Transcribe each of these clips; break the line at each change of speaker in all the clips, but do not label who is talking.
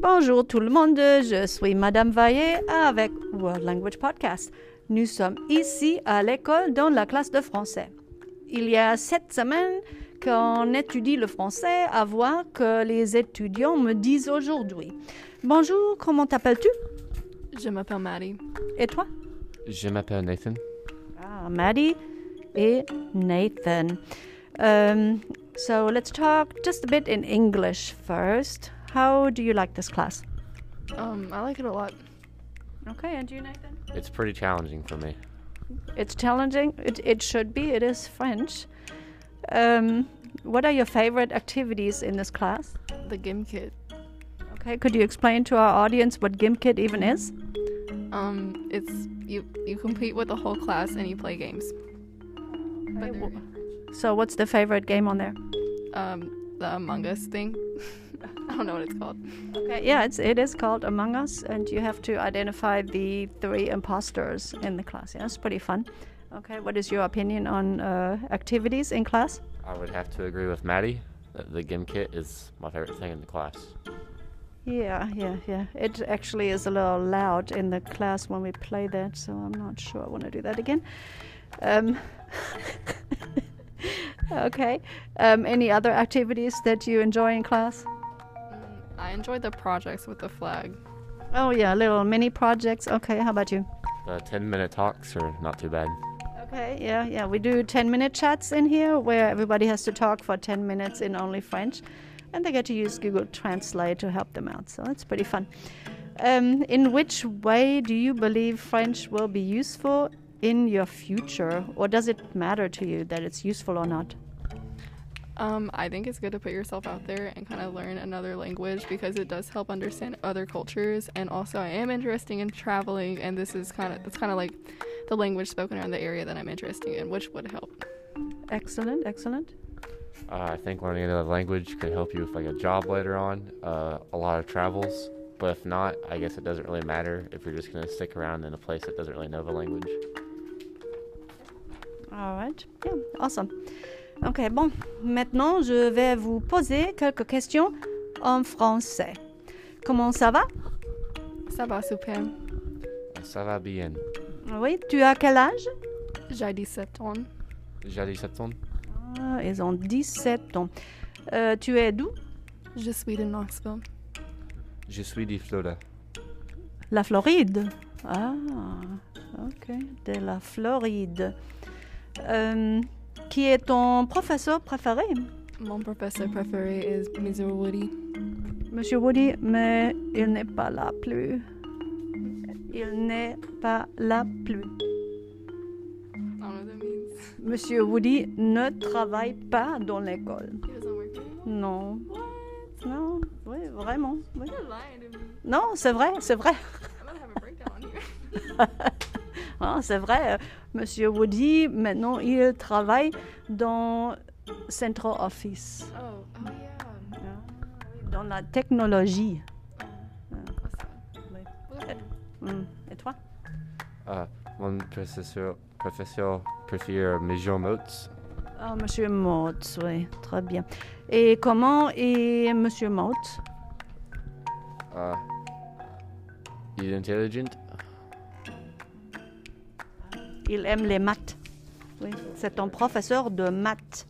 Bonjour tout le monde, je suis Madame Vaillé avec World Language Podcast. Nous sommes ici à l'école dans la classe de français. Il y a sept semaines qu'on étudie le français à voir que les étudiants me disent aujourd'hui. Bonjour, comment t'appelles-tu
Je m'appelle Maddie.
Et toi
Je m'appelle Nathan.
Ah, Maddie et Nathan. Um, so let's talk just a bit in English first. How do you like this class?
Um, I like it a lot.
Okay, and you, Nathan?
It's pretty challenging for me.
It's challenging. It, it should be. It is French. Um, what are your favorite activities in this class?
The Gim Kit.
Okay, could you explain to our audience what GIMKit even is?
Um, it's you you compete with the whole class and you play games. But they're-
So, what's the favorite game on there?
um, the Among Us thing. I don't know what it's called.
Okay, yeah, it's, it is called Among Us, and you have to identify the three imposters in the class. Yeah, it's pretty fun. Okay, what is your opinion on uh, activities in class?
I would have to agree with Maddie that the Gim Kit is my favorite thing in the class.
Yeah, yeah, yeah. It actually is a little loud in the class when we play that, so I'm not sure I want to do that again. Um, okay. Um, any other activities that you enjoy in class?
Mm, I enjoyed the projects with the flag.
Oh, yeah, little mini projects. Okay, how about you?
The 10 minute talks are not too bad.
Okay, yeah, yeah. We do 10 minute chats in here where everybody has to talk for 10 minutes in only French. And they get to use Google Translate to help them out. So it's pretty fun. Um, in which way do you believe French will be useful in your future? Or does it matter to you that it's useful or not?
Um, I think it's good to put yourself out there and kind of learn another language because it does help understand other cultures. And also, I am interested in traveling, and this is kind of that's kind of like the language spoken around the area that I'm interested in, which would help.
Excellent, excellent.
Uh, I think learning another language could help you with like a job later on, uh, a lot of travels. But if not, I guess it doesn't really matter if you're just going to stick around in a place that doesn't really know the language.
All right. Yeah, awesome. OK, bon. Maintenant, je vais vous poser quelques questions en français. Comment ça va?
Ça va super.
Ça va bien.
Oui, tu as quel âge?
J'ai 17 ans.
J'ai 17 ans.
Ah, ils ont 17 ans. Euh, tu es d'où?
Je suis de Knoxville.
Je suis de Florida.
La Floride. Ah, ok. De la Floride. Euh, qui est ton professeur préféré?
Mon professeur préféré is Mr. Woody.
Monsieur Woody, mais il n'est pas là plus. Il n'est pas là plus.
I don't know what that means.
Monsieur Woody ne travaille pas dans l'école.
He doesn't work there anymore.
Non. Non, oui, vraiment. oui.
You're lying to me.
Non, c'est vrai, c'est vrai.
I'm gonna have a breakdown on here.
Hein, c'est vrai, euh, Monsieur Woody, maintenant, il travaille dans Central Office,
Oh, oh yeah.
hein, dans la technologie.
That's sad.
Ouais.
Well,
Hmm. Et toi
Uh, mon professeur, professeur préfère Major Motes.
Ah, Monsieur Mott, oui, très bien. Et comment est Monsieur Mott
Uh, il est intelligent.
Il aime les maths. Oui, c'est ton professeur de maths.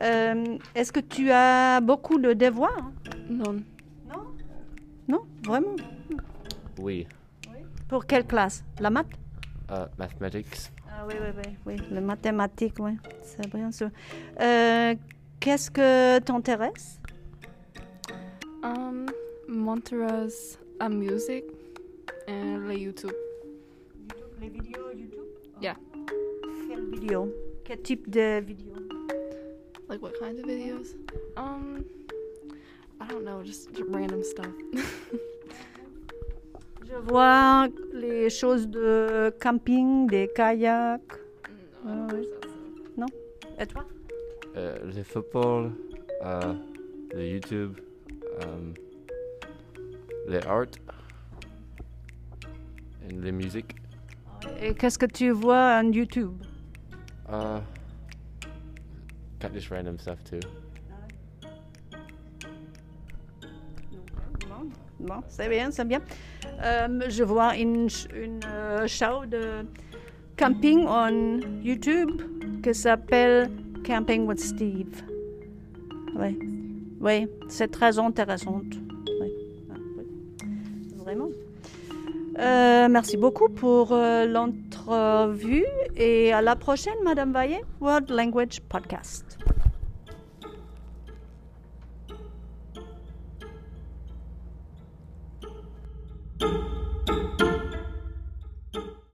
Euh, Est-ce que tu as beaucoup de devoirs
Non.
Non. Non, vraiment
Oui.
Pour quelle classe La maths
Uh, mathematics.
Ah oui, oui, oui, oui, les mathématiques, oui, c'est bien sûr. Euh, Qu'est-ce que t'intéresse
Um, Monteras a music and le YouTube.
Les vidéos YouTube
Yeah.
Quelle vidéo Quel type de vidéo
Like what kinds of videos? Um, I don't know, just j- random stuff.
Je vois les choses de camping, des kayaks.
I don't
Oh,
watch that stuff.
Et toi
Uh, le football. Uh, le YouTube. Um, le art. Et la musique.
Et qu'est-ce que tu vois en YouTube
Uh, got this random stuff too.
Non, Bon, c'est bien, c'est bien. Euh, je vois une, ch- une euh, show de camping on YouTube qui s'appelle Camping with Steve. Oui, oui c'est très intéressant. Oui. Ah, oui. Vraiment. Euh, merci beaucoup pour euh, l'entrevue et à la prochaine, Madame Vaillet, World Language Podcast.